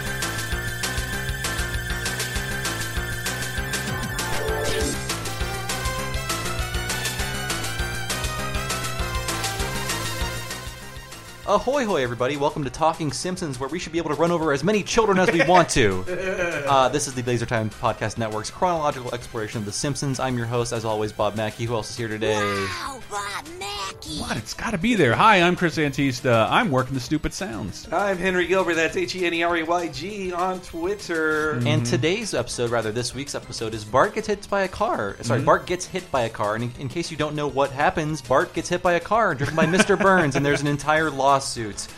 Ahoy, hoy, everybody! Welcome to Talking Simpsons, where we should be able to run over as many children as we want to. Uh, this is the Laser Time Podcast Network's chronological exploration of The Simpsons. I'm your host, as always, Bob Mackey. Who else is here today? Oh, Bob Mackey. What? It's got to be there. Hi, I'm Chris Antista. I'm working the stupid sounds. I'm Henry Gilbert. That's H E N E R E Y G on Twitter. And today's episode, rather this week's episode, is Bart gets hit by a car. Sorry, Mm-hmm. Bart gets hit by a car. And in, in case you don't know what happens, Bart gets hit by a car driven by Mr. Burns, and there's an entire lawsuit.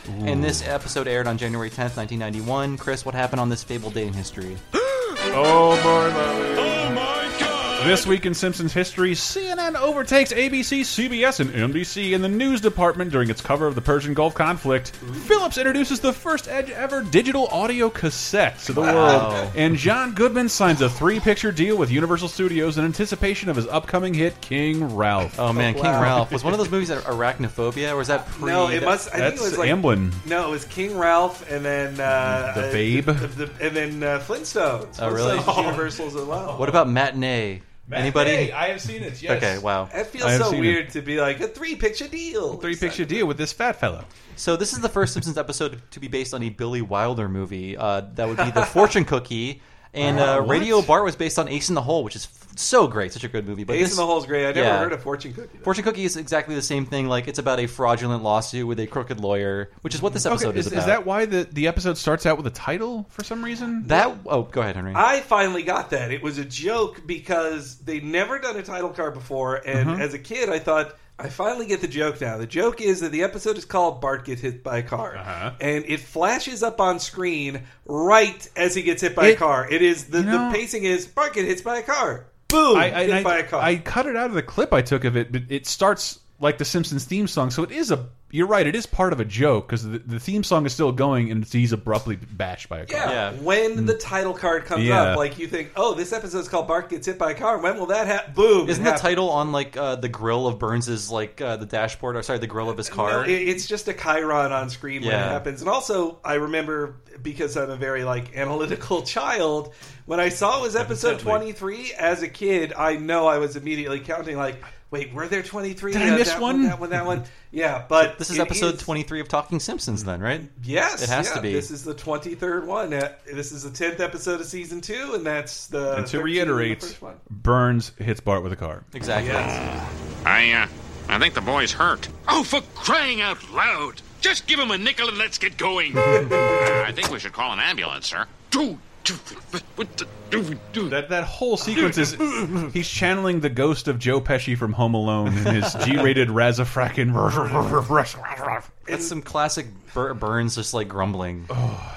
And this episode aired on January 10th, 1991. Chris, what happened on this fabled day in history? Oh my This week in Simpsons history, CNN overtakes ABC, CBS, and NBC in the news department during its cover of the Persian Gulf conflict. Phillips introduces the first edge ever digital audio cassette to the world, and John Goodman signs a three-picture deal with Universal Studios in anticipation of his upcoming hit King Ralph. Oh man, King Ralph was one of those movies that arachnophobia, or was that pre? No, it must. I think That's it was like Amblin. No, it was King Ralph, and then uh, The uh, Babe? the, the- and then uh, Flintstones. Oh, really? Flintstones, Universals as well. What about matinee? Anybody? I have seen it. Okay, wow. That I feels have so seen weird to be like a three-picture deal. Three-picture deal with this fat fellow. So this is the first Simpsons episode to be based on a Billy Wilder movie. Uh, that would be the Fortune Cookie, and uh, what? Radio Bart was based on Ace in the Hole, which is f- so great, such a good movie. But Ace this, in the Hole's great. I never Yeah. heard of Fortune Cookie. though. Fortune Cookie is exactly the same thing. Like it's about a fraudulent lawsuit with a crooked lawyer, which is what this episode Okay, is, is, about. is that why the, the episode starts out with a title for some reason? that? Oh, go ahead, Henry. I finally got that. It was a joke because they'd never done a title card before, and Mm-hmm. as a kid, I thought. I finally get the joke now. The joke is that the episode is called Bart Gets Hit by a Car. Uh-huh. And it flashes up on screen right as he gets hit by It- a car. It is the, you know- the pacing is Bart gets hit by a car. Boom! I, I, hit I- by a car. I cut it out of the clip I took of it, but it starts like the Simpsons theme song. So it is a. You're right. It is part of a joke because the, the theme song is still going, and it's, he's abruptly bashed by a car. yeah. Yeah. When the title card comes Mm. Yeah. up, like you think, oh, this episode's called Bart Gets Hit by a Car. When will that happen? Boom! Isn't the it happened. title on like uh, the grill of Burns's like uh, the dashboard or sorry the grill of his car? No, it- it's just a chiron on screen when Yeah. it happens. And also, I remember because I'm a very like analytical child. When I saw it was episode 23 as a kid, I know I was immediately counting like, wait, were there 23? Did I Yeah, miss that one? That one, that one. Yeah, but this is it episode 23 of Talking Simpsons, then right? Yes, it has yeah, to be. This is the 23rd one. Uh, This is the 10th episode of season two, and that's the. And to 13th of the reiterate, first one. Burns hits Bart with a car. exactly. I, uh, I think the boy's hurt. Oh, for crying out loud! Just give him a nickel and let's get going. Uh, I think we should call an ambulance, sir. Do, do, what the- do, do. That that whole sequence is he's channeling the ghost of Joe Pesci from Home Alone in his G-rated Razafrakin. That's some classic Bur- Burns just like grumbling.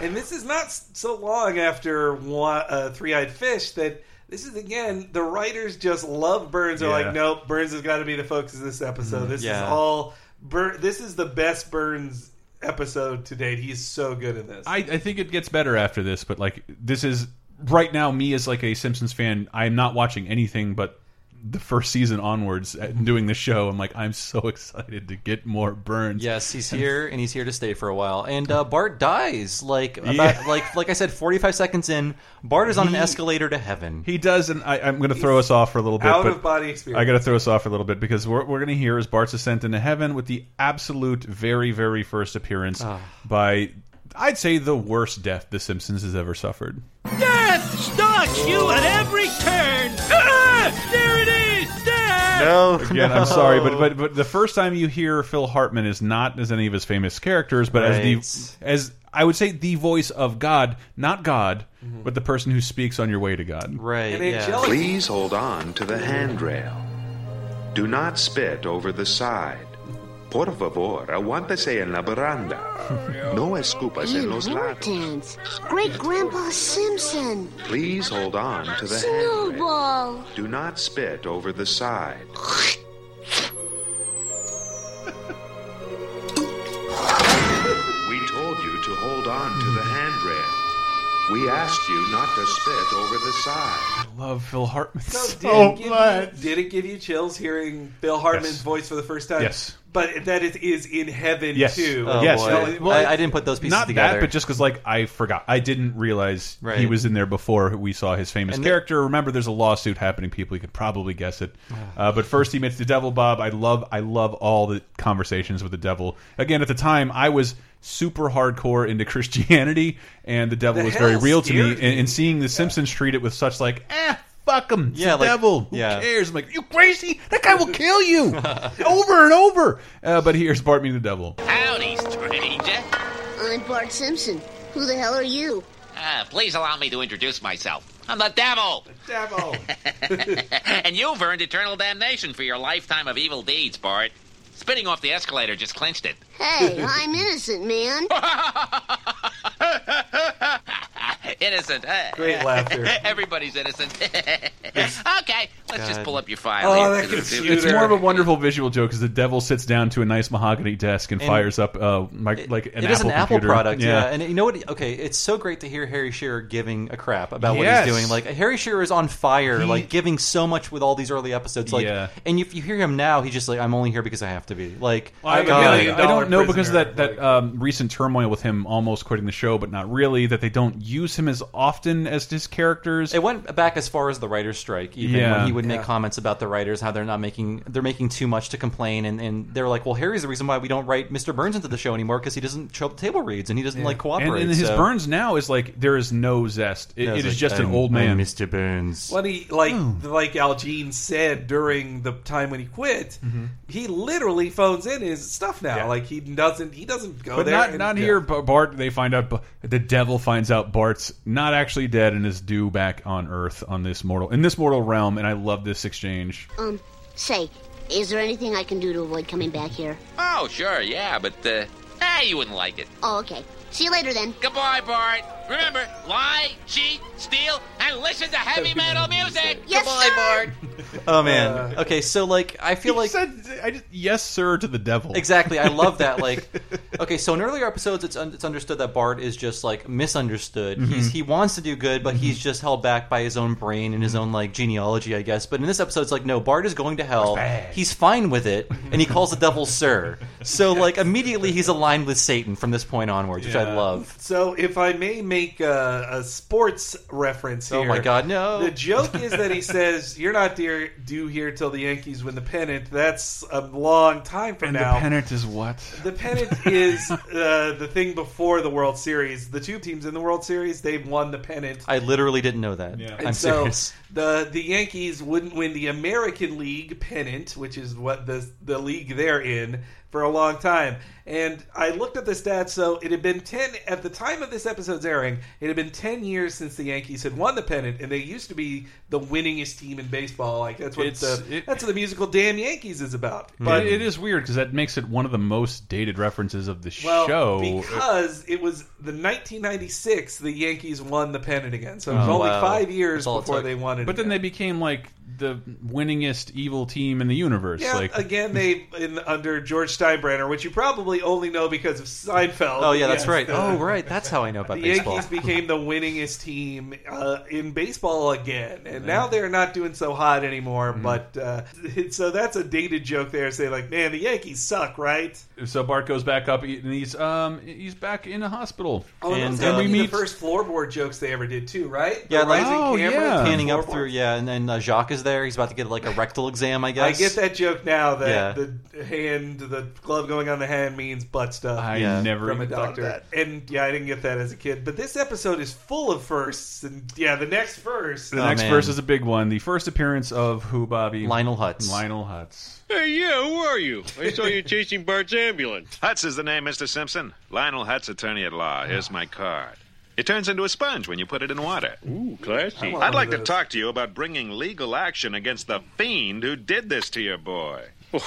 And this is not s- so long after one, uh, Three Eyed Fish that this is again the writers just love Burns. They're Yeah. Mm-hmm. like, nope, Burns has got to be the focus of this episode. This yeah. is all. Bur- this is the best Burns episode to date. He's so good in this. I, I think it gets better after this, but like this is right now me as like a Simpsons fan, I am not watching anything but the first season onwards and doing the show. I'm like I'm so excited to get more Burns. Yes, he's here and he's here to stay for a while. And uh, Bart dies like about, Yeah. like like I said, forty five seconds in. Bart is on an escalator to heaven. He does, and I, I'm going to throw us off for a little bit. Out but of body experience. I got to throw us off for a little bit because what we're going to hear is Bart's ascent into heaven with the absolute very, very first appearance by, I'd say, the worst death The Simpsons has ever suffered. Death stalks you at every turn. Ah, there it is, death. No. Again, I'm sorry, but but but the first time you hear Phil Hartman is not as any of his famous characters, but as the as I would say the voice of God, not God, but the person who speaks on your way to God. Right. And yeah. Angelica Please hold on to the handrail. Do not spit over the side. Por favor, aguántese en la baranda. No escupas en los lados. Inheritance. Great Grandpa Simpson. Please hold on to the handrail. Snowball. Do not spit over the side. We told you to hold on to the handrail. We asked you not to spit over the side. I love Phil Hartman. So did, So it give much. You, did it give you chills hearing Bill Hartman's Yes. voice for the first time? Yes. But that is, is in heaven Yes. too. Oh, Yes. boy. No, well, I, I didn't put those pieces not together. that, but just because like I forgot, I didn't realize he Right. was in there before we saw his famous And the- character. Remember, there's a lawsuit happening. People, you could probably guess it. Uh, but first, he meets the devil, Bob. I love, I love all the conversations with the devil. Again, at the time, I was super hardcore into Christianity, and the devil The was very hell real to me. scared And, me. and seeing the Simpsons treat it with such like, eh. Fuck him! It's Yeah, the like- devil. Who yeah. cares? I'm like, you crazy? That guy will kill you over and over. Uh, but here's Bart meeting the devil. Howdy, stranger. I'm Bart Simpson. Who the hell are you? Uh, please allow me to introduce myself. I'm the devil, Devil. and you've earned eternal damnation for your lifetime of evil deeds, Bart. Spitting off the escalator just clinched it. Hey, I'm innocent, man. Innocent. Uh, Great laughter. Everybody's innocent. okay, let's just pull up your file. Oh, here. that computer. It's more of a wonderful visual joke because the devil sits down to a nice mahogany desk and, fires up uh, my, like an it Apple is an Apple computer. product, yeah. And you know what? Okay, it's so great to hear Harry Shearer giving a crap about what Yes. he's doing. Like Harry Shearer is on fire, He- like giving so much with all these early episodes. Like, Yeah. and if you hear him now, he's just like, "I'm only here because I have to be." Like, uh, I'm a God, million I dollar don't know because of prisoner, that that um, recent turmoil with him almost quitting the show, but not really. That they don't use him as often as his characters. It went back as far as the writer's strike, even Yeah. when he would make Yeah. comments about the writers, how they're not making they're making too much to complain, and, and they're like, well, Harry's the reason why we don't write Mr. Burns into the show anymore because he doesn't show up to table reads and he doesn't like and, cooperate. and his so- Burns now is like there is no zest. It, Yeah, it it's is like, just an I'm- old I'm man. Mr. Burns. Funny, like Hmm. like Algene said during the time when he quit, he literally phones in his stuff now. Mm-hmm. Yeah. Like he doesn't he doesn't go But there. not and- not yeah. here. Ba- Bart, they find out Ba- the devil finds out Bart's not actually dead and is due back on Earth on this mortal in this mortal realm. And I love this exchange. Um, say, is there anything I can do to avoid coming back here? Oh, sure, yeah, but uh, ah, you wouldn't like it. Oh, okay. See you later then. Goodbye, Bart. Remember, lie, cheat, steal, and listen to heavy metal music. Yes, Goodbye, sir. Bart. Oh man. okay, so like I feel like Uh, said, I just, yes, sir, to the devil. exactly. I love that. Like, okay, so in earlier episodes, it's un- it's understood that Bart is just like misunderstood. He's he wants to do good, but he's just held back by his own brain and his own like genealogy, I guess. But in this episode, it's like no, Bart is going to hell. He's fine with it, and he calls the devil sir. So like immediately he's aligned with Satan from this point onwards, which I love. So if I may make a, a sports reference here. Oh my God, no. The joke is that he says, "You're not dear, due here till the Yankees win the pennant." That's a long time from And now. the pennant is what? The pennant is uh, the thing before the World Series. The two teams in the World Series, they've won the pennant. I literally didn't know that. Yeah. I'm And so serious. the the Yankees wouldn't win the American League pennant, which is what the the league they're in for a long time. And I looked at the stats, so it had been ten at the time of this episode's airing. It had been ten years since the Yankees had won the pennant, and they used to be the winningest team in baseball. Like that's what It's- the it- that's what the musical "Damn Yankees" is about. Mm. But it is weird because that makes it one of the most dated references of the Well, show. because it was the 1996 the Yankees won the pennant again, so it was Oh, only wow. five years That's all it before took. they won it. but then again. they became like the winningest evil team in the universe. Yeah, like again, they in under George Steinbrenner, which you probably only know because of Seinfeld. Oh yeah, that's Yes, right. the- Oh right, that's how I know about The baseball. Yankees became the winningest team uh, in baseball again, and now they're not doing so hot anymore. Mm-hmm. But uh, so that's a dated joke there, saying like, "Man, the Yankees suck, right?" so, Bart goes back up and he's um he's back in a hospital. Oh, and, And, those are uh, the we meet- first floorboard jokes they ever did too, right? The Yeah, like- rising Oh, camera, yeah. panning up floorboard. through yeah, and then uh, Jacques is is there. He's about to get like a rectal exam, I I guess. get that joke now that Yeah. the hand, the glove going on the hand means butt stuff. I Yeah. never from a even thought doctor. that. And yeah, I didn't get that as a kid. But this episode is full of firsts. And yeah, the next first. The Oh, next man. verse is a big one. The first appearance of who, Bobby? Lionel Hutz. Lionel Hutz. Hey, yeah, who are you? I saw you chasing Bart's ambulance. Hutz is the name, Mr. Simpson. Lionel Hutz, attorney at law. Here's my card. It turns into a sponge when you put it in water. Ooh, classy. I'd like to talk to you about bringing legal action against the fiend who did this to your boy.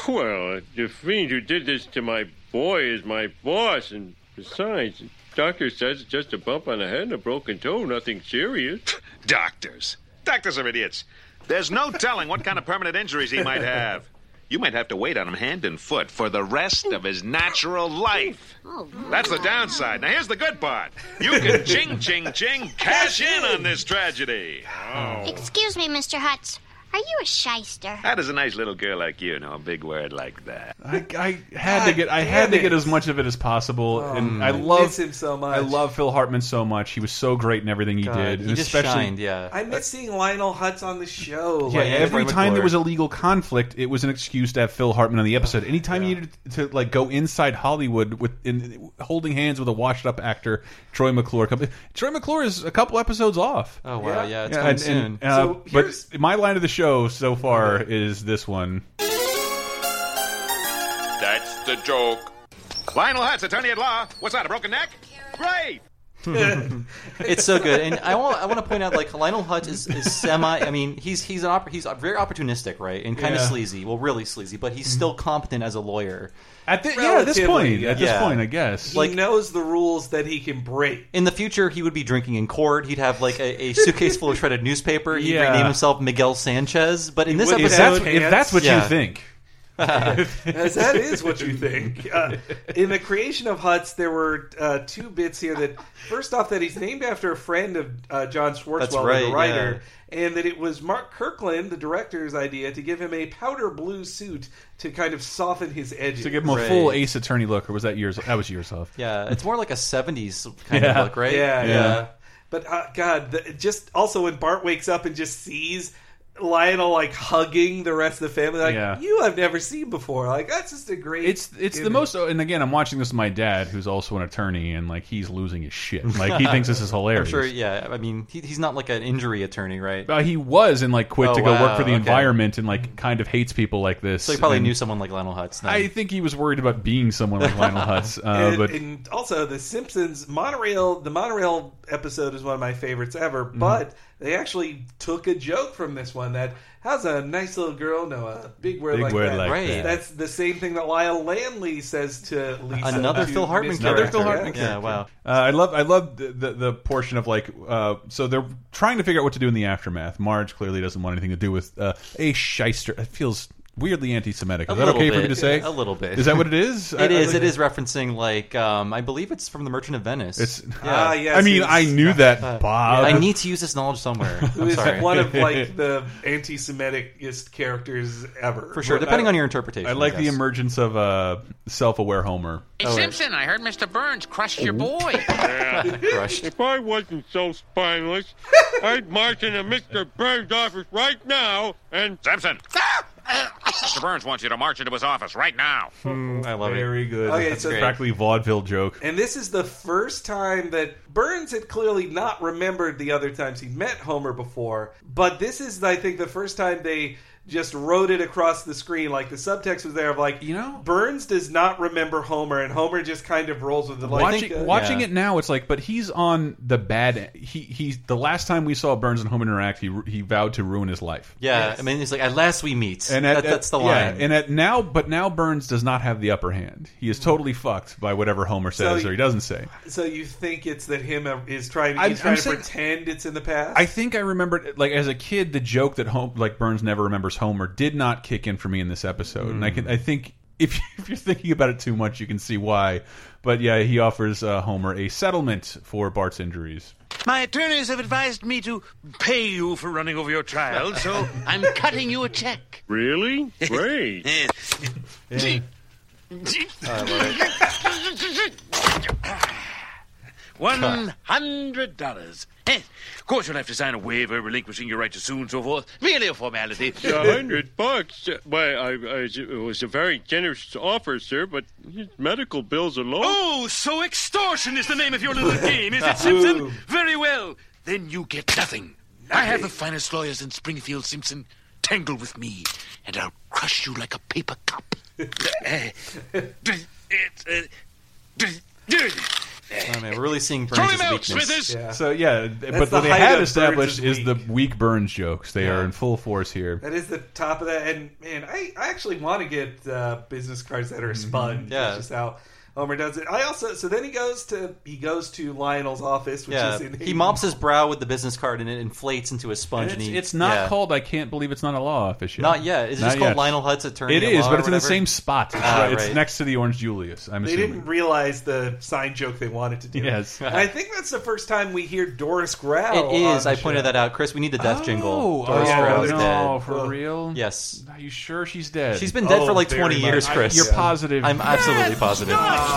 Well, the fiend who did this to my boy is my boss, and besides, the doctor says it's just a bump on the head and a broken toe, nothing serious. Doctors. Doctors are idiots. There's no telling what kind of permanent injuries he might have. You might have to wait on him hand and foot for the rest of his natural life. Oh, That's the downside. Now, here's the good part. You can ching, ching, ching, cash in Oh. on this tragedy. Excuse me, Mr. Hutz. Are you a shyster? How does a nice little girl like you know a big word like that? I, I had to God get I had to damn get it. as much of it as possible, and I I love Oh, miss him so much. I love Phil Hartman so much. He was so great in everything he God, did, Uh, He and just especially shined, yeah. I miss seeing Lionel Hutz on the show. Yeah, Like, every Raymond time Fuller. there was a legal conflict, it was an excuse to have Phil Hartman on the episode. Anytime you needed to like go inside Hollywood with in, holding hands with a washed-up actor, Troy McClure. come- Troy McClure is a couple episodes off. oh wow, yeah, it's Yeah, coming and- soon. and, uh, So here's- but my line of the show so far is this one. That's the joke. Lionel Hutz, attorney at law. What's that? A broken neck? Great. It's so good, and I want I want to point out like Lionel Hutz is, is semi. I mean, he's he's an oppor- he's very opportunistic, right, and kind Yeah. Mm-hmm. of sleazy. Well, really sleazy, but he's still competent as a lawyer. At thi- yeah, at this Relatively, point, at this yeah. point, I guess. he knows the rules that he can break. In the future, he would be drinking in court. He'd have like a, a suitcase full of shredded newspaper. He'd Yeah. rename himself Miguel Sanchez. But in this would if episode, have that's, if that's what Yeah. you think, As that is what you think. Uh, in the creation of Huts, there were uh, two bits here. That first off, that he's named after a friend of uh, John Schwartzwelder, the right, writer, and that it was Mark Kirkland, the director's idea, to give him a powder blue suit to kind of soften his edges. to give him a full Right. Ace Attorney look, or was that years? That was years off. yeah, it's more like a '70s kind Yeah. of look, right? yeah, yeah. Yeah. But uh, God, the, just also when Bart wakes up and just sees. Lionel like hugging the rest of the family like Yeah. you I've never seen before like that's just a great It's it's the image. most and again I'm watching this with my dad who's also an attorney and like he's losing his shit like he thinks this is hilarious. I'm sure. Yeah, I mean, he, he's not like an injury attorney, right? Uh, he was and like quit Oh, to go work wow, for the okay. environment and like kind of hates people like this. So he probably and knew someone like Lionel Hutz. then. I think he was worried about being someone like Lionel Hutz, uh, and, but and also the Simpsons monorail. The monorail episode is one of my favorites ever. Mm-hmm. But they actually took a joke from this one. That how's a nice little girl know a big word Big like word that? like Right. that. That's the same thing that Lyle Landley says to Lisa. another to Phil Hartman Mr. character. Another Phil Hartman Yeah, wow. Uh, I love I love the, the the portion of like uh, so they're trying to figure out what to do in the aftermath. Marge clearly doesn't want anything to do with uh, a shyster. It feels weirdly anti-Semitic. A Is that little okay for me bit. to say? A little bit. Is that what it is? It is. It is referencing like um, I believe it's from The Merchant of Venice. It's. Ah, yes, I mean, who's- I knew that, Bob. I need to use this knowledge somewhere. Who I'm is sorry. one of like the anti-Semiticist characters ever? For sure, depending on your interpretation. I like the guess. emergence of uh, self-aware Homer. Hey, Oh, Simpson, I heard Mr. Burns crushed your boy. crushed. If I wasn't so spineless, I'd march into Mr. Burns' office right now and. Simpson, Mr. Burns wants you to march into his office right now. I love it. Very good. Okay, That's so- practically vaudeville joke. And this is the first time that Burns had clearly not remembered the other times he'd met Homer before, but this is, I think, the first time they just wrote it across the screen. Like the subtext was there of like, You know- Burns does not remember Homer, and Homer just kind of rolls with it. Like, watching uh, watching yeah. it now, it's like, but he's on the bad. end. He he's the last time we saw Burns and Homer interact, he he vowed to ruin his life. Yeah, I mean, it's like at last we meet. And And at, at- that's the yeah, line. and at now, but now Burns does not have the upper hand. He is totally fucked by whatever Homer says you- or he doesn't say. so you think it's that him uh, is trying, I'm- he's trying I'm to saying- pretend it's in the past. I think I remembered, like as a kid, the joke that home, like Burns never remembers Homer did not kick in for me in this episode, and I can I think if, you- if you're thinking about it too much, you can see why. But yeah, he offers uh, Homer a settlement for Bart's injuries. My attorneys have advised me to pay you for running over your child, so. I'm cutting you a check. Really? Great. One hundred dollars. Eh, Of course, you'll have to sign a waiver relinquishing your right to sue and so forth. Merely a formality. A hundred bucks. Why, uh, I, I, it was a very generous offer, sir, but his medical bills alone. Oh, so extortion is the name of your little game, is it, Simpson? Very well. Then you get nothing. I have the finest lawyers in Springfield, Simpson. Tangle with me, and I'll crush you like a paper cup. Uh, uh, d- it, uh, d- d- Oh man, we're really seeing Throw Burns' him out, weakness. Smithers! Yeah. So yeah, but the what they height have of established Burns' is the weak Burns jokes. They are in full force here. That is the top of that. And man, I, I actually want to get uh, business cards that are Mm-hmm. spun. Mhm. Yeah. That's just how Homer does it. I also so then he goes to he goes to Lionel's office, which Yeah, is in he mops his brow with the business card and it inflates into a sponge. It's, and he, it's not yeah. called. I can't believe it's not a law office yet. Not yet. It's just called Lionel Hutt's attorney It at is, law but or it's in the whatever. same spot. It's, Ah, right- it's right. next to the Orange Julius. I'm They assuming. didn't realize the sign joke they wanted to do. Yes. And I think that's the first time we hear Doris Growl. It is. on I the pointed show. that out, Chris. We need the death jingle. Oh, Doris oh, Stroud is no, dead. for real? Yes. Are you sure she's dead? She's been dead Oh, for like very 20 much. years, I- Chris. you're positive. I'm absolutely positive. Ah,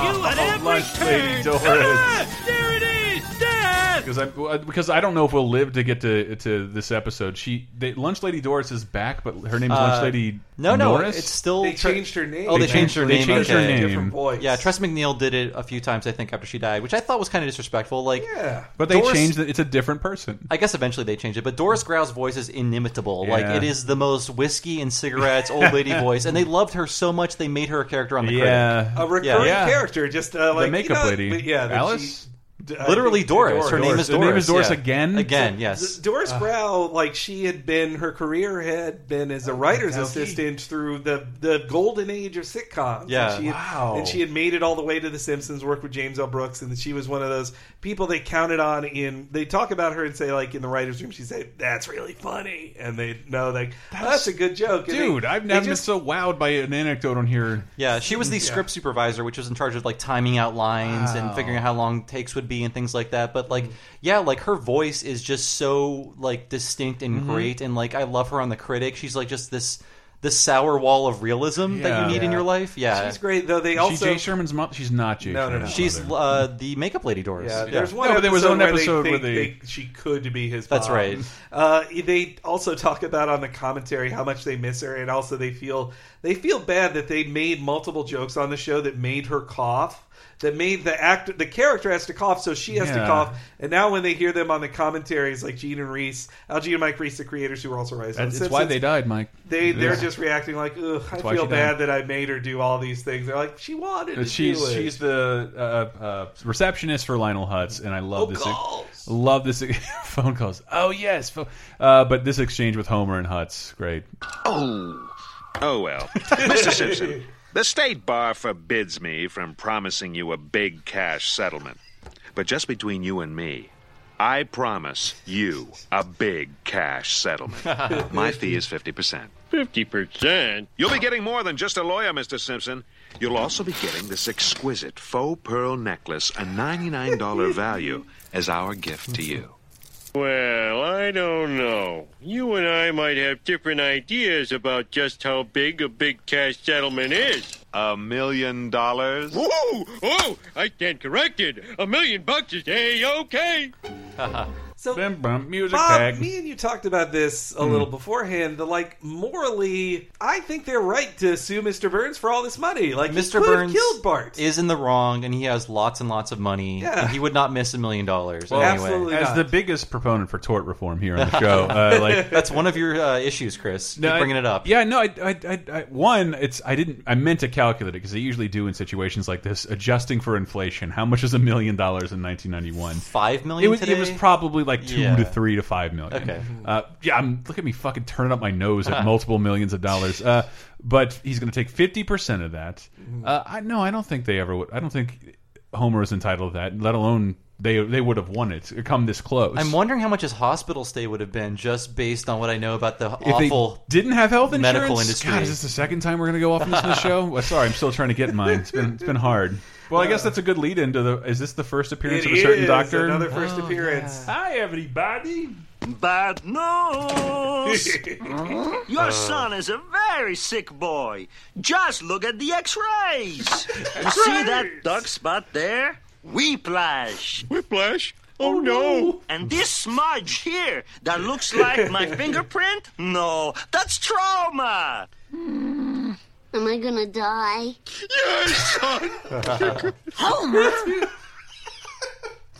Because I uh, because I don't know if we'll live to get to to this episode. She they, Lunch Lady Doris is back, but her name is Lunch Uh, Lady. No, no, Norris? it's still. They changed her name. Oh, they, They changed her changed- they name. changed her okay. name. Different voice. Yeah, Tress McNeil did it a few times, I think, after she died, which I thought was kind of disrespectful. Like, yeah, but they Doris- changed it. It's a different person. I guess eventually they changed it, but Doris Grau's voice is inimitable. Like Yeah. it is the most whiskey and cigarettes old lady voice, and they loved her so much they made her a character on the Yeah. critic. A recurring character, just uh, like you makeup know, lady. but yeah, that Alice? she- d- I Literally think Doris. Her name is The name is Doris yeah. again? Again, yes. Doris Uh. Brow, like she had been, her career had been as Oh, a writer's assistant through the the golden age of sitcoms. Yeah. and she had, Wow. And she had made it all the way to The Simpsons, worked with James L. Brooks, and she was one of those people they counted on. In they talk about her and say like in the writers' room, she said that's really funny, and they know like that's, a good joke, And they- Dude, I've they never been just- so wowed by an anecdote on here. Yeah, she was the script supervisor, which was in charge of like timing out lines and figuring out how long takes would be and things like that. But like, yeah, like her voice is just so like distinct and great, and like I love her on the critic. She's like just this this sour wall of realism that Yeah. you need in Yeah. your life. Yeah, She's great though. They She's also Jay Sherman's mom. She's not Jay. No, no, Sherman's no. She's mother. uh, the makeup lady Doris. Yeah, there's one. No, but episode there was one where episode they where think they- she could be his. That's mom. right. Uh, they also talk about on the commentary how much they miss her, and also they feel they feel bad that they made multiple jokes on the show that made her cough. That made the actor, the character has to cough, so she has to Yeah. cough. And now when they hear them on the commentaries, like Gene and Reese, Algie and Mike Reese, the creators who were also writers, on That's The it's why they Simpsons, died, Mike. They they're Yeah. just reacting like, ugh, I why feel she bad died. that I made her do all these things. They're like, she wanted to she's do it. she's the uh, uh, receptionist for Lionel Hutz, and I Oh, love this. calls. Love this phone calls. Oh yes, pho- uh, but this exchange with Homer and Hutz, great. Oh, oh well. Mr. Simpson, the state bar forbids me from promising you a big cash settlement. But just between you and me, I promise you a big cash settlement. My fee is 50%. Fifty percent. You'll be getting more than just a lawyer, Mr. Simpson. You'll also be getting this exquisite faux pearl necklace, a $99 value, as our gift to you. Well, I don't know. You and I might have different ideas about just how big a big cash settlement is. A million dollars? Whoa! Oh, I stand corrected. A million bucks is a okay. so Bim bum, music Bob, tag. me and you talked about this a little Hmm. beforehand. The like morally, I think they're right to sue Mr. Burns for all this money. Like he Mr. could have Burns killed Bart. is in the wrong, and he has lots and lots of money. Yeah. and he would not miss a million dollars. Well, anyway. absolutely. As not. the biggest proponent for tort reform here on the show, uh, like That's one of your uh, issues, Chris. Keep No, I- bringing it up. Yeah, no, I, I, I, I, one, it's I didn't, I meant to calculate it because they usually do in situations like this, adjusting for inflation. How much is a million dollars in 1991? Five million It was, today? it was probably like two Yeah. to three to five million. Okay. Uh-huh. Uh, yeah, I'm, look at me fucking turning up my nose at multiple millions of dollars. Uh, but he's going to take 50% of that. Mm-hmm. Uh, I No, I don't think they ever would. I don't think Homer is entitled to that, let alone they they would have won it come this close. I'm wondering how much his hospital stay would have been just based on what I know about the if they awful. didn't have health insurance. medical industry. God, is this the second time we're going to go off into the show? Well, sorry, I'm still trying to get mine. It's been it's been hard. Well, I guess that's a good lead into the. Is this the first appearance It of a certain is doctor? Another first appearance. Hi, everybody. Bad news! Your son is a very sick boy. Just look at the x rays. You see that dark spot there? Whiplash. Whiplash? Oh, no. And this smudge here that looks like my fingerprint? No, that's trauma. Am I gonna die? Yes, son. Homer.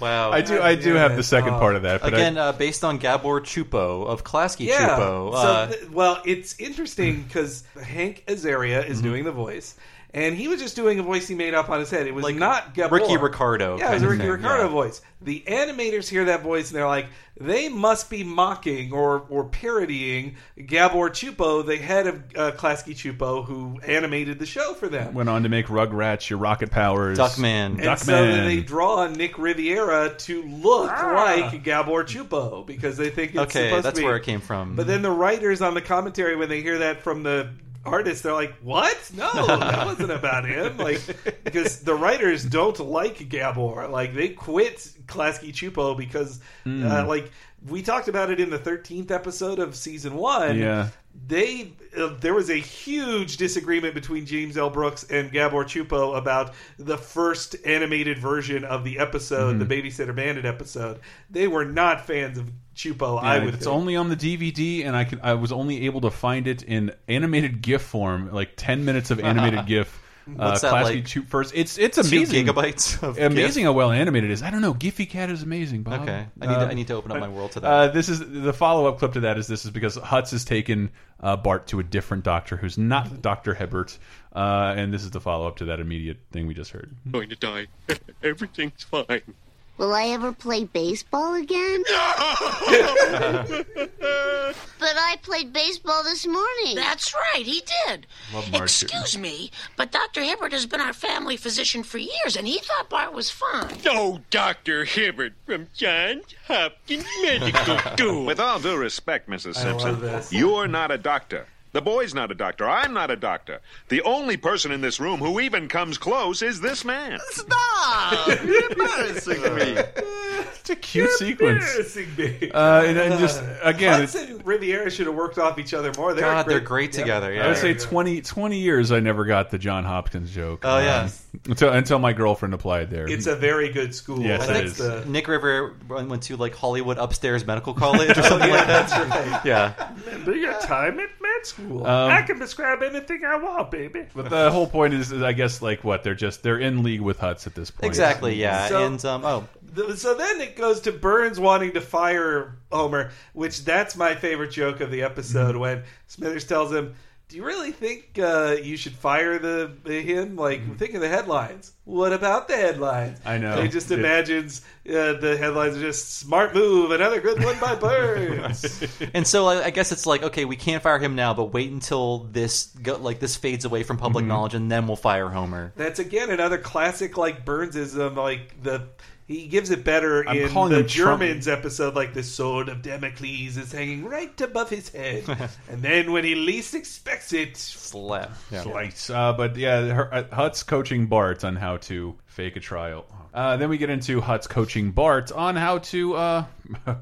Wow. I do. I do have the second Oh. part of that. But Again, uh, based on Gabor Chupo of Klasky yeah. Chupo. So, Uh, th- well, it's interesting because Hank Azaria Mm-hmm. is doing the voice, and he was just doing a voice he made up on his head. It was not Gabor. Ricky Ricardo Yeah, it kind was a of Ricky thing, Ricardo yeah. voice. The animators hear that voice and they're like, they must be mocking or or parodying Gabor Chupo, the head of uh, Klasky Chupo, who animated the show for them. went on to make Rugrats, your Rocket Powers, Duckman. Ah. And so then they draw Nick Riviera to look like Gabor Chupo because they think it's okay, supposed that's to be. where it came from. But Mm-hmm. then the writers on the commentary, when they hear that from the artist, they're like, "What? No, that wasn't about him." Like, because the writers don't like Gabor. Like, they quit Klasky Chupo because, Hmm. uh, like, we talked about it in the thirteenth episode of season one. Yeah. They uh, there was a huge disagreement between James L. Brooks and Gabor Chupo about the first animated version of the episode, Mhm. the Babysitter Bandit episode. They were not fans of Chupo. Yeah, I would. it's think. only on the DVD, and I can. I was only able to find it in animated GIF form, like ten minutes of animated GIF. uh, What's that, Klasky like, Chu- first. It's it's two amazing. gigabytes of amazing GIF? how well animated it is. I don't know. Giphy Cat is amazing. Bob. Okay. I need to- I need to open up Uh, but, my world to that. Uh, this is the follow up clip to that. Is this is because Hutz has taken uh, Bart to a different doctor who's not Doctor Hebert, uh, and this is the follow up to that immediate thing we just heard. going to die. Everything's fine. Will I ever play baseball again? But I played baseball this morning. That's right, he did. Love Excuse me, but Dr. Hibbert has been our family physician for years, and he thought Bart was fine. Oh, Dr. Hibbert from Johns Hopkins Medical School. With all due respect, Mrs. I love Simpson, this. you're not a doctor. The boy's not a doctor. I'm not a doctor. The only person in this room who even comes close is this man. Stop! You're embarrassing me. It's a cute sequence. Embarrassing me. Uh, and then just- again, Hudson and Riviera should have worked off each other more. They're God, great. they're great together. Yeah. I would say 20, 20 years I never got the John Hopkins joke. Um, Oh, yeah. Until, until my girlfriend applied there. It's a very good school. Yes, I it think is. the- Nick River went to like Hollywood Upstairs Medical College or something like that. Oh, Yeah. Remember your time at med school? Um, I can describe anything I want, baby. But the whole point is, is I guess, like what? They're just, they're in league with Huts at this point. Exactly, yeah. So- and um, oh, The- So then it goes to Burns wanting to fire Homer, which that's my favorite joke of the Mm-hmm. episode when Smithers tells him, "Do you really think uh, you should fire the him? Like, think of the headlines. What about the headlines? Mm-hmm. I know. He just It- imagines uh, the headlines are just smart move, another good one by Burns. and so I, I guess it's like okay, we can't fire him now, but wait until this go, like this fades away from Mm-hmm. public knowledge, and then we'll fire Homer. That's again another classic like Burnsism, like the he gives it better I'm in calling the him Trump. Germans episode, like the sword of Damocles is hanging right above his head, and then when he least expects it, slap, Slice. Uh, but yeah, her, uh, Hut's coaching Bart on how to fake a trial. Uh, then we get into Hut's coaching Bart on how to uh,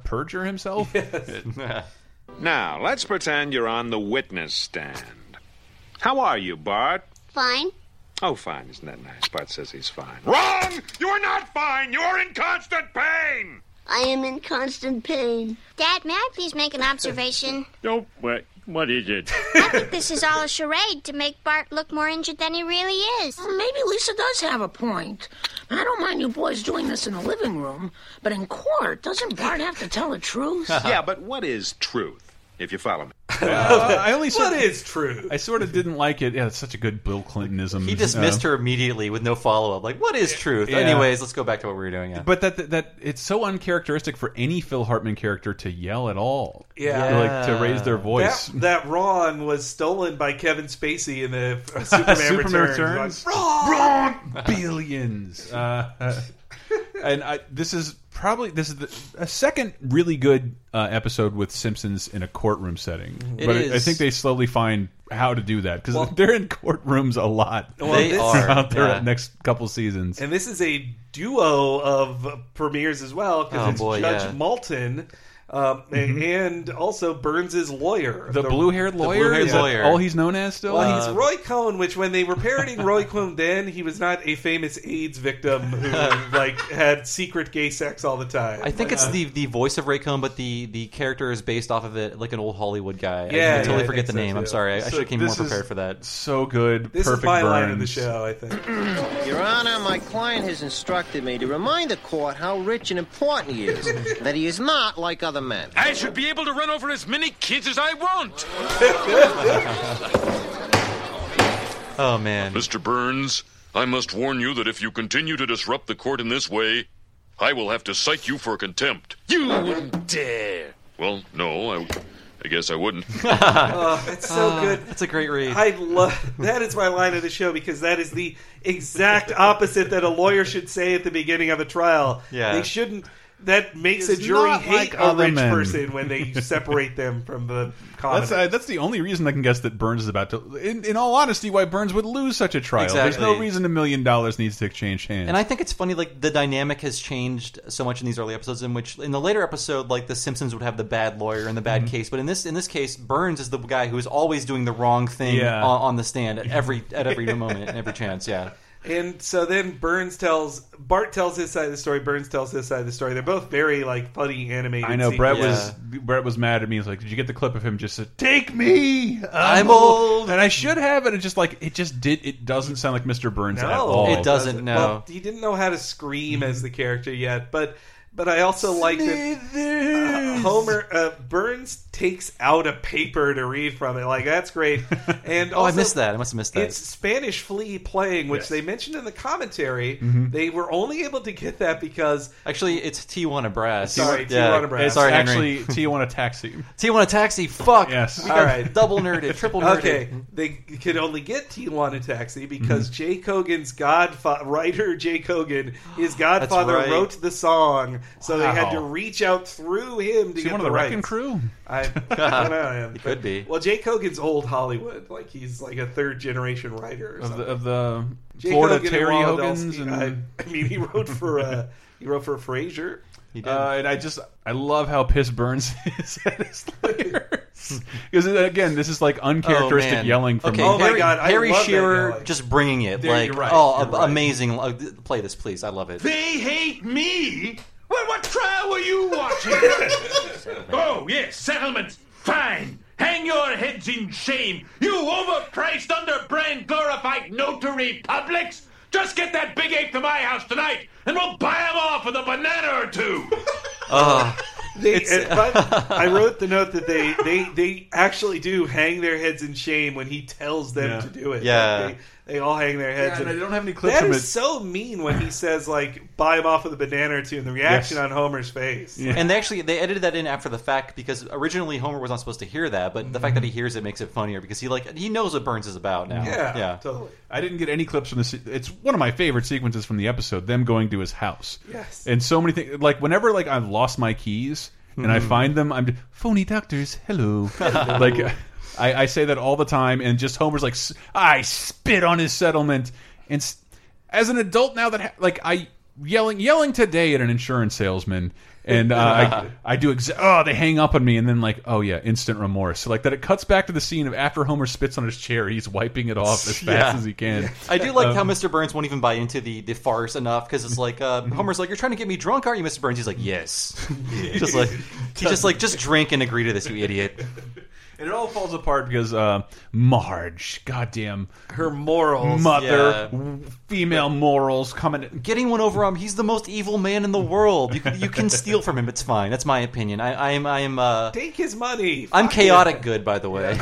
perjure himself. Uh, Now, let's pretend you're on the witness stand. How are you, Bart? Fine. Oh, fine. Isn't that nice? Bart says he's fine. Wrong! You are not fine! You are in constant pain! I am in constant pain. Dad, may I please make an observation? Oh, what, what is it? I think this is all a charade to make Bart look more injured than he really is. Well, maybe Lisa does have a point. I don't mind you boys doing this in the living room, but in court, doesn't Bart have to tell the truth? yeah, but what is truth, if you follow me? Uh, I only what is true? I sort of didn't like it. Yeah, it's such a good Bill Clintonism. He dismissed her immediately with no follow up. Like, what is truth? Yeah. Anyways, let's go back to what we were doing. Yeah. But that, that it's so uncharacteristic for any Phil Hartman character to yell at all. Yeah. like to raise their voice. That, that Ron was stolen by Kevin Spacey in the uh, Superman, Superman Returns. Returns? Like, Wrong billions. Uh, and I, this is probably this is the, a second really good uh, episode with Simpsons in a courtroom setting. It but I- I is. think they slowly find how to do that because Mm-hmm. Well- they're in courtrooms a lot. Well, They this- are, throughout their yeah. next couple seasons. And this is a duo of premieres as well because Oh, it's boy, Judge yeah. Malton. Um, a- And also Burns's lawyer, Mm-hmm. The blue-haired lawyer? blue-haired Is that all he's known as still? Well, he's Uh, Roy Cohn, which when they were parodying Roy Cohn, then he was not a famous AIDS victim who like had secret gay sex all the time. I think Like, it's uh, the the voice of Raycomb, but the the character is based off of it, like an old Hollywood guy. I Yeah, totally yeah, I forget think the so, name. I'm too. sorry. I, I So should have came more this is- prepared for that. So good. This Perfect is my line of the Burns. show. I think. Your Honor, my client has instructed me to remind the court how rich and important he is, and that he is not like other men. I should be able to run over as many kids as I want. Oh, man. Mr. Burns, I must warn you that if you continue to disrupt the court in this way, I will have to cite you for contempt. You wouldn't dare. Well, no, I, I guess I wouldn't. oh, that's so Uh. Ah, good. That's a great read. I love that is my line of the show because that is the exact opposite that a lawyer should say at the beginning of a trial. Yeah. They shouldn't that makes It's a jury not hate like a other rich men. person when they separate them from the common. That's, uh, that's the only reason I can guess that Burns is about to. In, in all honesty, why Burns would lose such a trial. There's no Exactly. reason a million dollars needs to exchange hands. And I think it's funny, like the dynamic has changed so much in these early episodes. In which, in the later episode, like the Simpsons would have the bad lawyer and the bad Mhm. case, but in this in this case, Burns is the guy who is always doing the wrong thing Yeah. on, on the stand at every at every moment, every chance. Yeah, And so then Burns tells Bart tells his side of the story. Burns tells his side of the story. They're both very like funny animated. I know Brett sequences. was Brett was mad at me. He's like, "Did you get the clip of him just said, take me? I'm, I'm old." and I should have it." It just like it just did. It doesn't sound like Mr. Burns at No, all. Well, he didn't know how to scream as the character yet, but but I also like that uh, Homer uh, Burns takes out a paper to read from it. Like that's great. And Oh, I also, missed that. I must have missed that. It's Spanish Flea playing, which Yes. they mentioned in the commentary. Mhm. They were only able to get that because actually it's Tijuana Brass. Sorry, Yeah. Tijuana Brass. Hey, Sorry, actually Henry. Tijuana Taxi. Tijuana Taxi. Fuck. Yes. We got All right. Double nerded. Triple nerded. Okay, they could only get Tijuana Taxi because Mm-hmm. Jay Cogan's godfather, writer Jay Cogan, his godfather right. wrote the song, so they had Wow. to reach out through him Is to he get one of the the Wrecking rights. Crew? I, I don't know. He but- could be. Well, Jay Cogan's old Hollywood, like he's like a third generation writer or of the something. of the Jay Florida Cogan and Terry Ronald Hogans Elston. and I, I mean, he wrote for uh, he wrote for Frasier. He did. Uh, and I just I love how pissed Burns is at his lawyers because again this is like uncharacteristic Oh, man. yelling from okay, him. Harry, Harry Shearer just bringing it There, like you're right, oh you're a- right. amazing Uh, th- play this please I love it They hate me? Well, what trial were you watching? oh, yes, settlement. Fine. Hang your heads in shame. You overpriced, underbrand, glorified notary publics. Just get that big ape to my house tonight, and we'll buy him off with a banana or two. They- and- but I wrote the note that they, they, they actually do hang their heads in shame when he tells them Yeah. to do it. Yeah. Like, they, they all hang their heads. Yeah, and I don't have any clips That from is it. so mean when he says like buy him off with a banana or two, and the reaction Yes. on Homer's face. and they actually they edited that in after the fact because originally Homer was not supposed to hear that but the fact that he hears it makes it funnier because he like he knows what Burns is about now yeah totally. I didn't get any clips from this. It's one of my favorite sequences from the episode. Them going to his house. Yes. And so many things. Like whenever like I've lost my keys and I Mhm. find them, I'm just, phony doctors. Hello. like I, I say that all the time, and just Homer's like, "S- I spit on his settlement. And s- as an adult now that ha like I yelling yelling today at an insurance salesman. And uh, I, I do exa oh they hang up on me and then like oh yeah instant remorse so like that it cuts back to the scene of after Homer spits on his chair he's wiping it off as fast Yeah. as he can I do like Um, how Mr. Burns won't even buy into the, the farce enough because it's like uh, Homer's like, "You're trying to get me drunk, aren't you, Mr. Burns?" He's like, "Yes." just like he's just like, "Just drink and agree to this, you idiot." And it all falls apart because uh, Marge, goddamn, her morals, mother, Yeah. female morals coming. Getting one over on he's the most evil man in the world. You, you can steal from him; it's fine. That's my opinion. I, I am I am uh, Take his money. I'm Fuck it. chaotic good, by the way.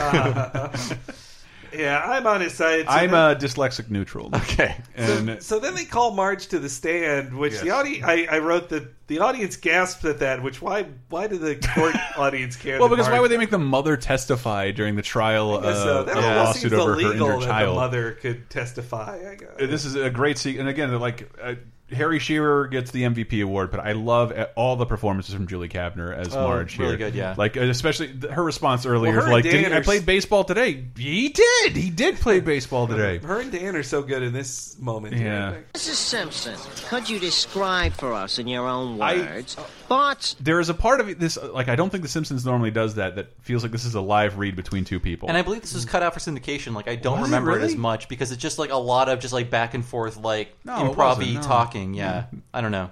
Yeah, I'm on his side. So I'm then- a dyslexic neutral. Okay, and So then they call Marge to the stand, which the audience. I, I wrote that the audience gasped at that. Which why why did the court audience care? well, that because why Marge- would they make the mother testify during the trial uh, Yes, uh, of that a almost lawsuit seems over her illegal injured that child? The mother could testify. I guess. This is a great scene, and again, they're like uh, Harry Shearer gets the MVP award, but I love uh, all the performances from Julie Kavner as Oh, Marge really here. good, yeah. Like uh, especially th- her response earlier, her of and like, Dan "Didn't- are I s- played baseball today. He did. He did play baseball today. Her and Dan are so good in this moment. Yeah. Mrs. Simpson, could you describe for us in your own words Thoughts? There is a part of it- this, like I don't think The Simpsons normally does that. That feels like this is a live read between two people. And I believe this was cut out for syndication. Like I don't Was it remember it, as really? much because it's just like a lot of just like back and forth, like No, it improv-y wasn't, no. talking. Yeah, I don't know.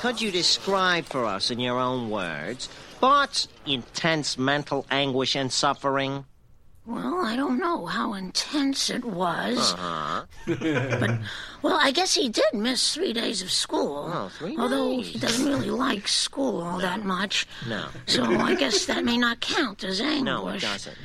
Could you describe for us, in your own words, Bart's intense mental anguish and suffering? Well, I don't know how intense it was. Uh-huh. Well, I guess he did miss three days of school. Oh, three although he doesn't really like school all that much. no. So I guess that may not count as anguish. No, it doesn't.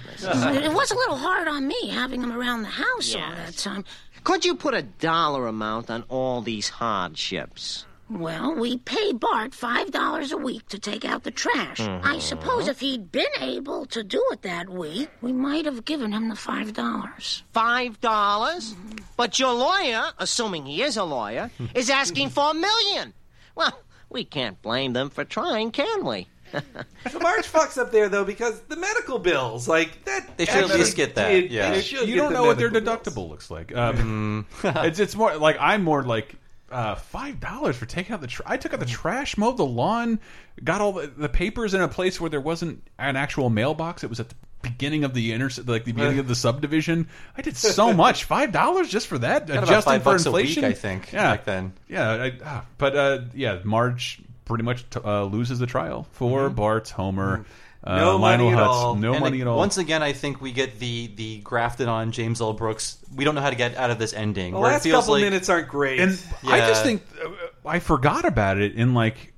It was a little hard on me having him around the house all that time. Could you put a dollar amount on all these hardships? Well, we pay Bart five dollars a week to take out the trash. Mm-hmm. I suppose if he'd been able to do it that week, we might have given him the five dollars. Five dollars? But your lawyer, assuming he is a lawyer, is asking for a million. Well, we can't blame them for trying, can we? The March fucks up there though because the medical bills, like that, They should at actually least get that, did- yeah. they should You get don't the know what their medical deductible looks like. Um, it's it's more like I'm more like uh, five dollars for taking out the. Tr I took out the trash, mowed the lawn, got all the, the papers in a place where there wasn't an actual mailbox. It was at the beginning of the inter like the beginning of the subdivision. I did so much. Five dollars just for that, Got about adjusting five for bucks a week, inflation. I think, Yeah. back then. Yeah. I, ah, but uh, yeah, Marge pretty much t uh, loses the trial for Mm-hmm. Bart's Mm. Homer. Uh, Lionel Hutz, No And money ag- at all. Once again, I think we get the the grafted on James L. Brooks. We don't know how to get out of this ending. The where it last feels couple like- minutes aren't great. And I just Yeah. think uh, I forgot about it in like,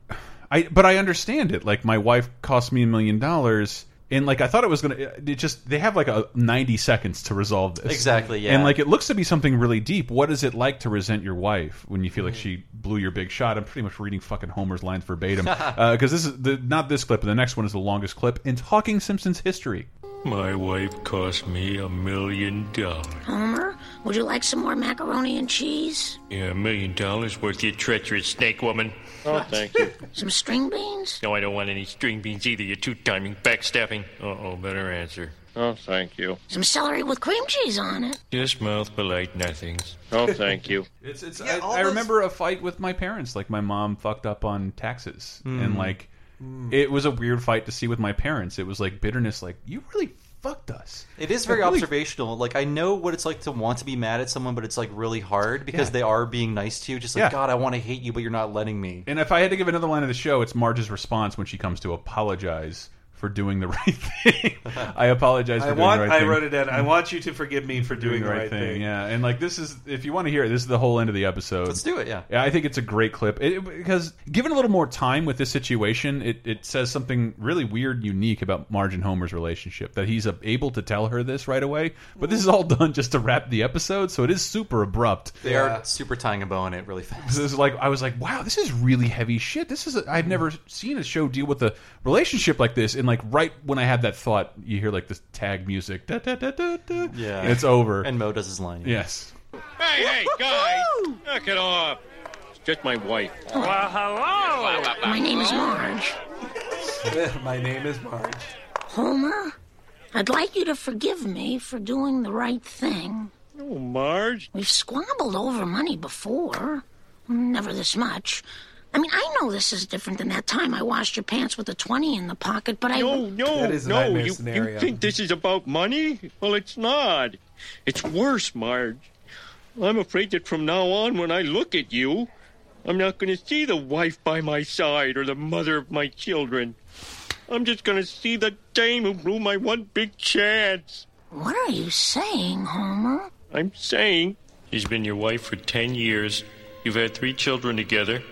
I but I understand it. Like my wife cost me a million dollars, and like I thought it was gonna. It just they have like a ninety seconds to resolve this Exactly, yeah. And like it looks to be something really deep. What is it like to resent your wife when you feel Mm-hmm. like she blew your big shot? I'm pretty much reading fucking Homer's lines verbatim because this is the not this clip, but the next one is the longest clip in Talking Simpsons history. My wife cost me a million dollars. Homer, would you like some more macaroni and cheese? Yeah, a million dollars worth, you treacherous snake woman. Oh, thank you. Some string beans? No, I don't want any string beans either, you two timing backstabbing. Uh oh, better answer. Oh, thank you. Some celery with cream cheese on it? Just mouth polite nothings. Oh, thank you. It's it's. I, I remember a fight with my parents. Like my mom fucked up on taxes, Hmm. and like Hmm. it was a weird fight to see with my parents. It was like bitterness. Like you really fucked us. It is very Like, really- observational. Like I know what it's like to want to be mad at someone, but it's like really hard because Yeah. they are being nice to you. Just like Yeah. God, I want to hate you, but you're not letting me. And if I had to give another line of the show, it's Marge's response when she comes to apologize for doing the right thing. I apologize. For I doing want. The right I thing. wrote it down. I want you to forgive me for doing, the right thing. Yeah, and like this is if you want to hear it, this is the whole end of the episode. Let's do it. Yeah, yeah. I think it's a great clip It- it- because given a little more time with this situation, it it says something really weird, unique about Marge and Homer's relationship that he's uh, able to tell her this right away. But this is all done just to wrap the episode, so it is super abrupt. They are super tying a bow on it really fast. This is like I was like, wow, this is really heavy shit. This is a, I've never seen a show deal with a relationship like this. And like right when I had that thought, you hear like this tag music, da, da, da, da, da, Yeah, and it's over. And Mo does his line. yes, Hey, hey, guys! Knock it off! It's just my wife. Well, hello. My name is Marge. My name is Marge. Homer, I'd like you to forgive me for doing the right thing. Oh, Marge. We've squabbled over money before. Never this much. I mean, I know this is different than that time I washed your pants with a 20 in the pocket, but I. No, no, no. You, you think this is about money? Well, it's not. It's worse, Marge. I'm afraid that from now on, when I look at you, I'm not going to see the wife by my side or the mother of my children. I'm just going to see the dame who blew my one big chance. What are you saying, Homer? I'm saying She's been your wife for ten years. You've had three children together.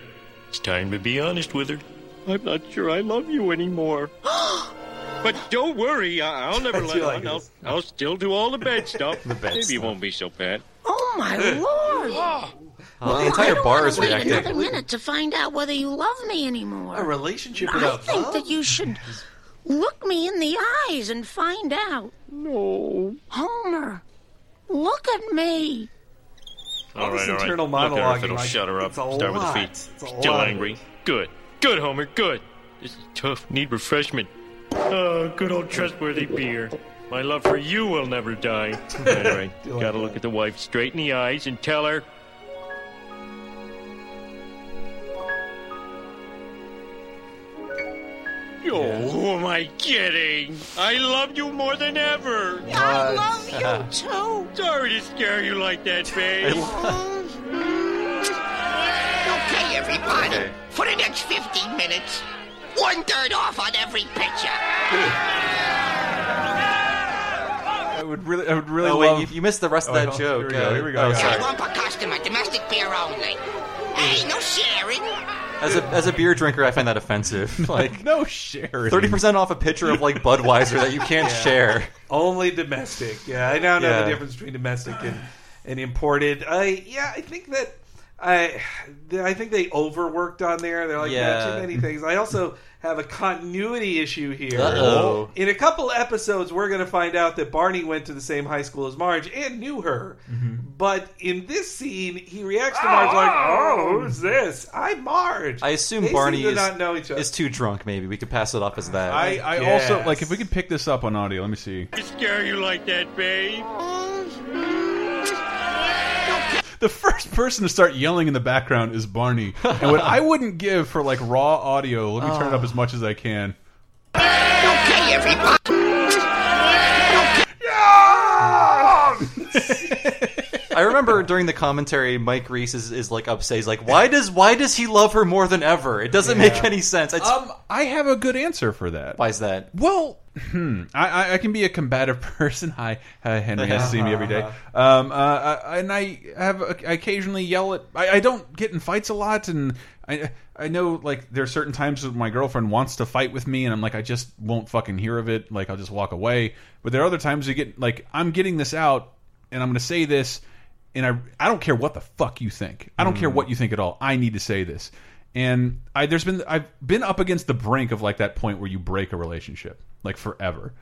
It's time to be honest with her. I'm not sure I love you anymore. but don't worry, I- I'll never I let do on. like I'll, this. I'll still do all the bad stuff. the bad Maybe you stuff. won't be so bad. Oh, my lord! Uh, the entire bar is Wait another reacting. minute to find out whether you love me anymore. A relationship I without think love? that you Oh. should look me in the eyes and find out. No. Homer, look at me. All this right, all right. internal Look at her if monologuing, it'll like, shut her up. it's Start a with the lot. feet. It's a Still lot. angry. Good. Good, Homer. Good. This is tough. Need refreshment. Oh, good old trustworthy beer. My love for you will never die. All right, all right. Gotta look at the wife straight in the eyes and tell her. Oh, who am I kidding? I love you more than ever. I love you too. Sorry to scare you like that, babe. Okay, everybody. everybody. For the next 15 minutes, One third off on every I would really, I would really Oh, oh, wait, Wait, you, missed the rest of that joke. uh, oh, One per customer, domestic beer only. Hey, no sharing. As a as a beer drinker, I find that offensive. Like no sharing. thirty percent off a pitcher of like Budweiser that you can't Yeah. share. Only domestic. Yeah, I now know Yeah. the difference between domestic and, and imported. I yeah, I think that I I think they overworked on there. They're like yeah. Yeah. too many things. I also have a continuity issue here. Uh-oh. In a couple episodes, we're going to find out that Barney went to the same high school as Marge and knew her. Mm-hmm. But in this scene, he reacts to Marge like, "Oh, who's this? I'm Marge." I assume They seem Barney to is, not know each other. is too drunk. Maybe we could pass it off as that. I, I also like if we could pick this up on audio. Let me see. to scare you like that, babe. The first person to start yelling in the background is Barney, and what I wouldn't give for like raw audio. Let me turn it up as much as I can. Okay, everybody. I remember during the commentary, Mike Reese is, is like upset. He's like, "Why does why does he love her more than ever? It doesn't Yeah. make any sense." It's, Um, I have a good answer for that. Why is that? Well, hmm, I, I, I can be a combative person. Hi, hi Henry has to see me every day. Um, uh, I, and I have I occasionally yell at. I, I don't get in fights a lot, and I I know like there are certain times that my girlfriend wants to fight with me, and I'm like I just won't fucking hear of it. Like I'll just walk away. But there are other times you get like I'm getting this out, and I'm going to say this, and I I don't care what the fuck you think. I don't care Mm. what you think at all. I need to say this. And I there's been I've been up against the brink of like that point where you break a relationship like forever.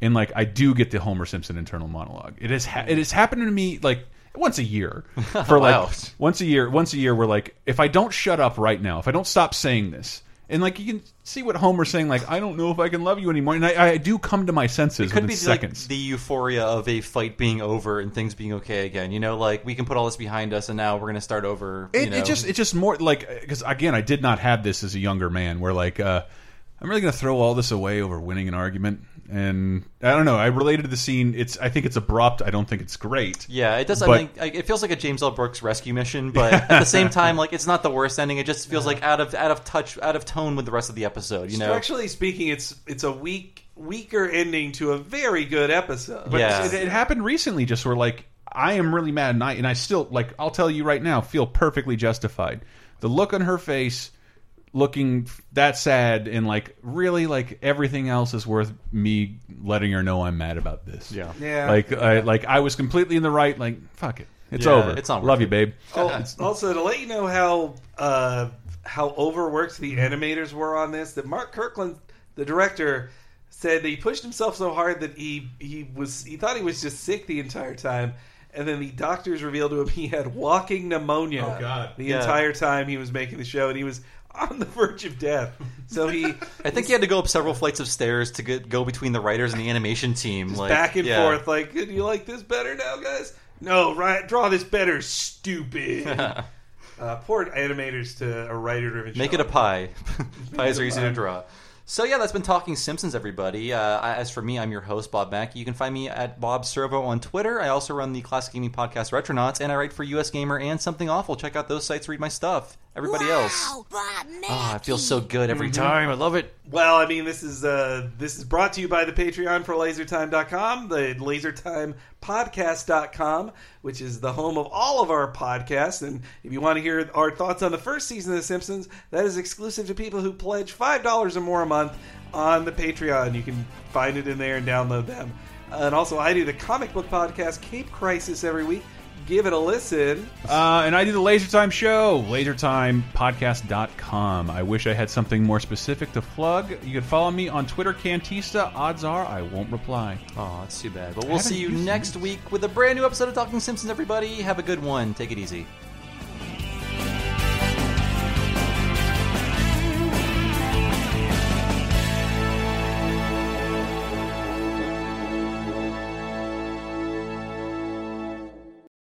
And like I do get the Homer Simpson internal monologue. It has ha it has happened to me like once a year for like Wow. once a year once a year where like if I don't shut up right now, if I don't stop saying this and like you can see what Homer's saying, like I don't know if I can love you anymore, and I, I do come to my senses it could within be seconds. like the euphoria of a fight being over and things being okay again. You know, like we can put all this behind us, and now we're gonna start over. It, you know? it just it just more like because again I did not have this as a younger man where like uh, I'm really gonna throw all this away over winning an argument and I don't know I related to the scene it's I think it's abrupt I don't think it's great Yeah, it does. I But- mean, like, it feels like a James L. Brooks rescue mission, but at the same time, like it's not the worst ending. It just feels like out of out of touch, out of tone with the rest of the episode. You know, Structurally speaking, it's it's a weak weaker ending to a very good episode. but it, it happened recently just where like I am really mad and I and I still like I'll tell you right now feel perfectly justified the look on her face looking f- that sad and like really like everything else is worth me letting her know I'm mad about this yeah Yeah. like I, like I was completely in the right like fuck it it's Yeah, over it's not worth love you it. babe Oh, also, to let you know how uh, how overworked the animators were on this, that Mark Kirkland, the director, said that he pushed himself so hard that he he was he thought he was just sick the entire time, and then the doctors revealed to him he had walking pneumonia. Oh, God. The Yeah. entire time he was making the show, and he was on the verge of death. So he I think he had to go up several flights of stairs to get, go between the writers and the animation team, like back and yeah. forth like, "Do you like this better now, guys?" No, right. Draw this better, stupid. uh, poor animators to a writer-driven show. Make it a pie. Pies it are a easy pie. to draw. So yeah, that's been talking Simpsons, everybody. Uh, I- as for me, I'm your host Bob Mackey. You can find me at Bob Servo on Twitter. I also run the Classic Gaming Podcast Retronauts, and I write for US Gamer and Something Awful. Check out those sites. Read my stuff. Everybody else. Oh, it feels so good every Mhm. time. I love it. Well, I mean, this is uh, this is brought to you by the Patreon for LaserTime.com, the LaserTimePodcast.com, which is the home of all of our podcasts. And if you want to hear our thoughts on the first season of The Simpsons, that is exclusive to people who pledge five dollars or more a month on the Patreon. You can find it in there and download them. And also, I do the comic book podcast Cape Crisis every week. Give it a listen. Uh, and I do the Laser Time Show, lasertimepodcast.com. I wish I had something more specific to plug. You can follow me on Twitter, Cantista. Odds are I won't reply. Oh, that's too bad. But we'll see you next week with a brand new episode of Talking Simpsons, everybody. Have a good one. Take it easy.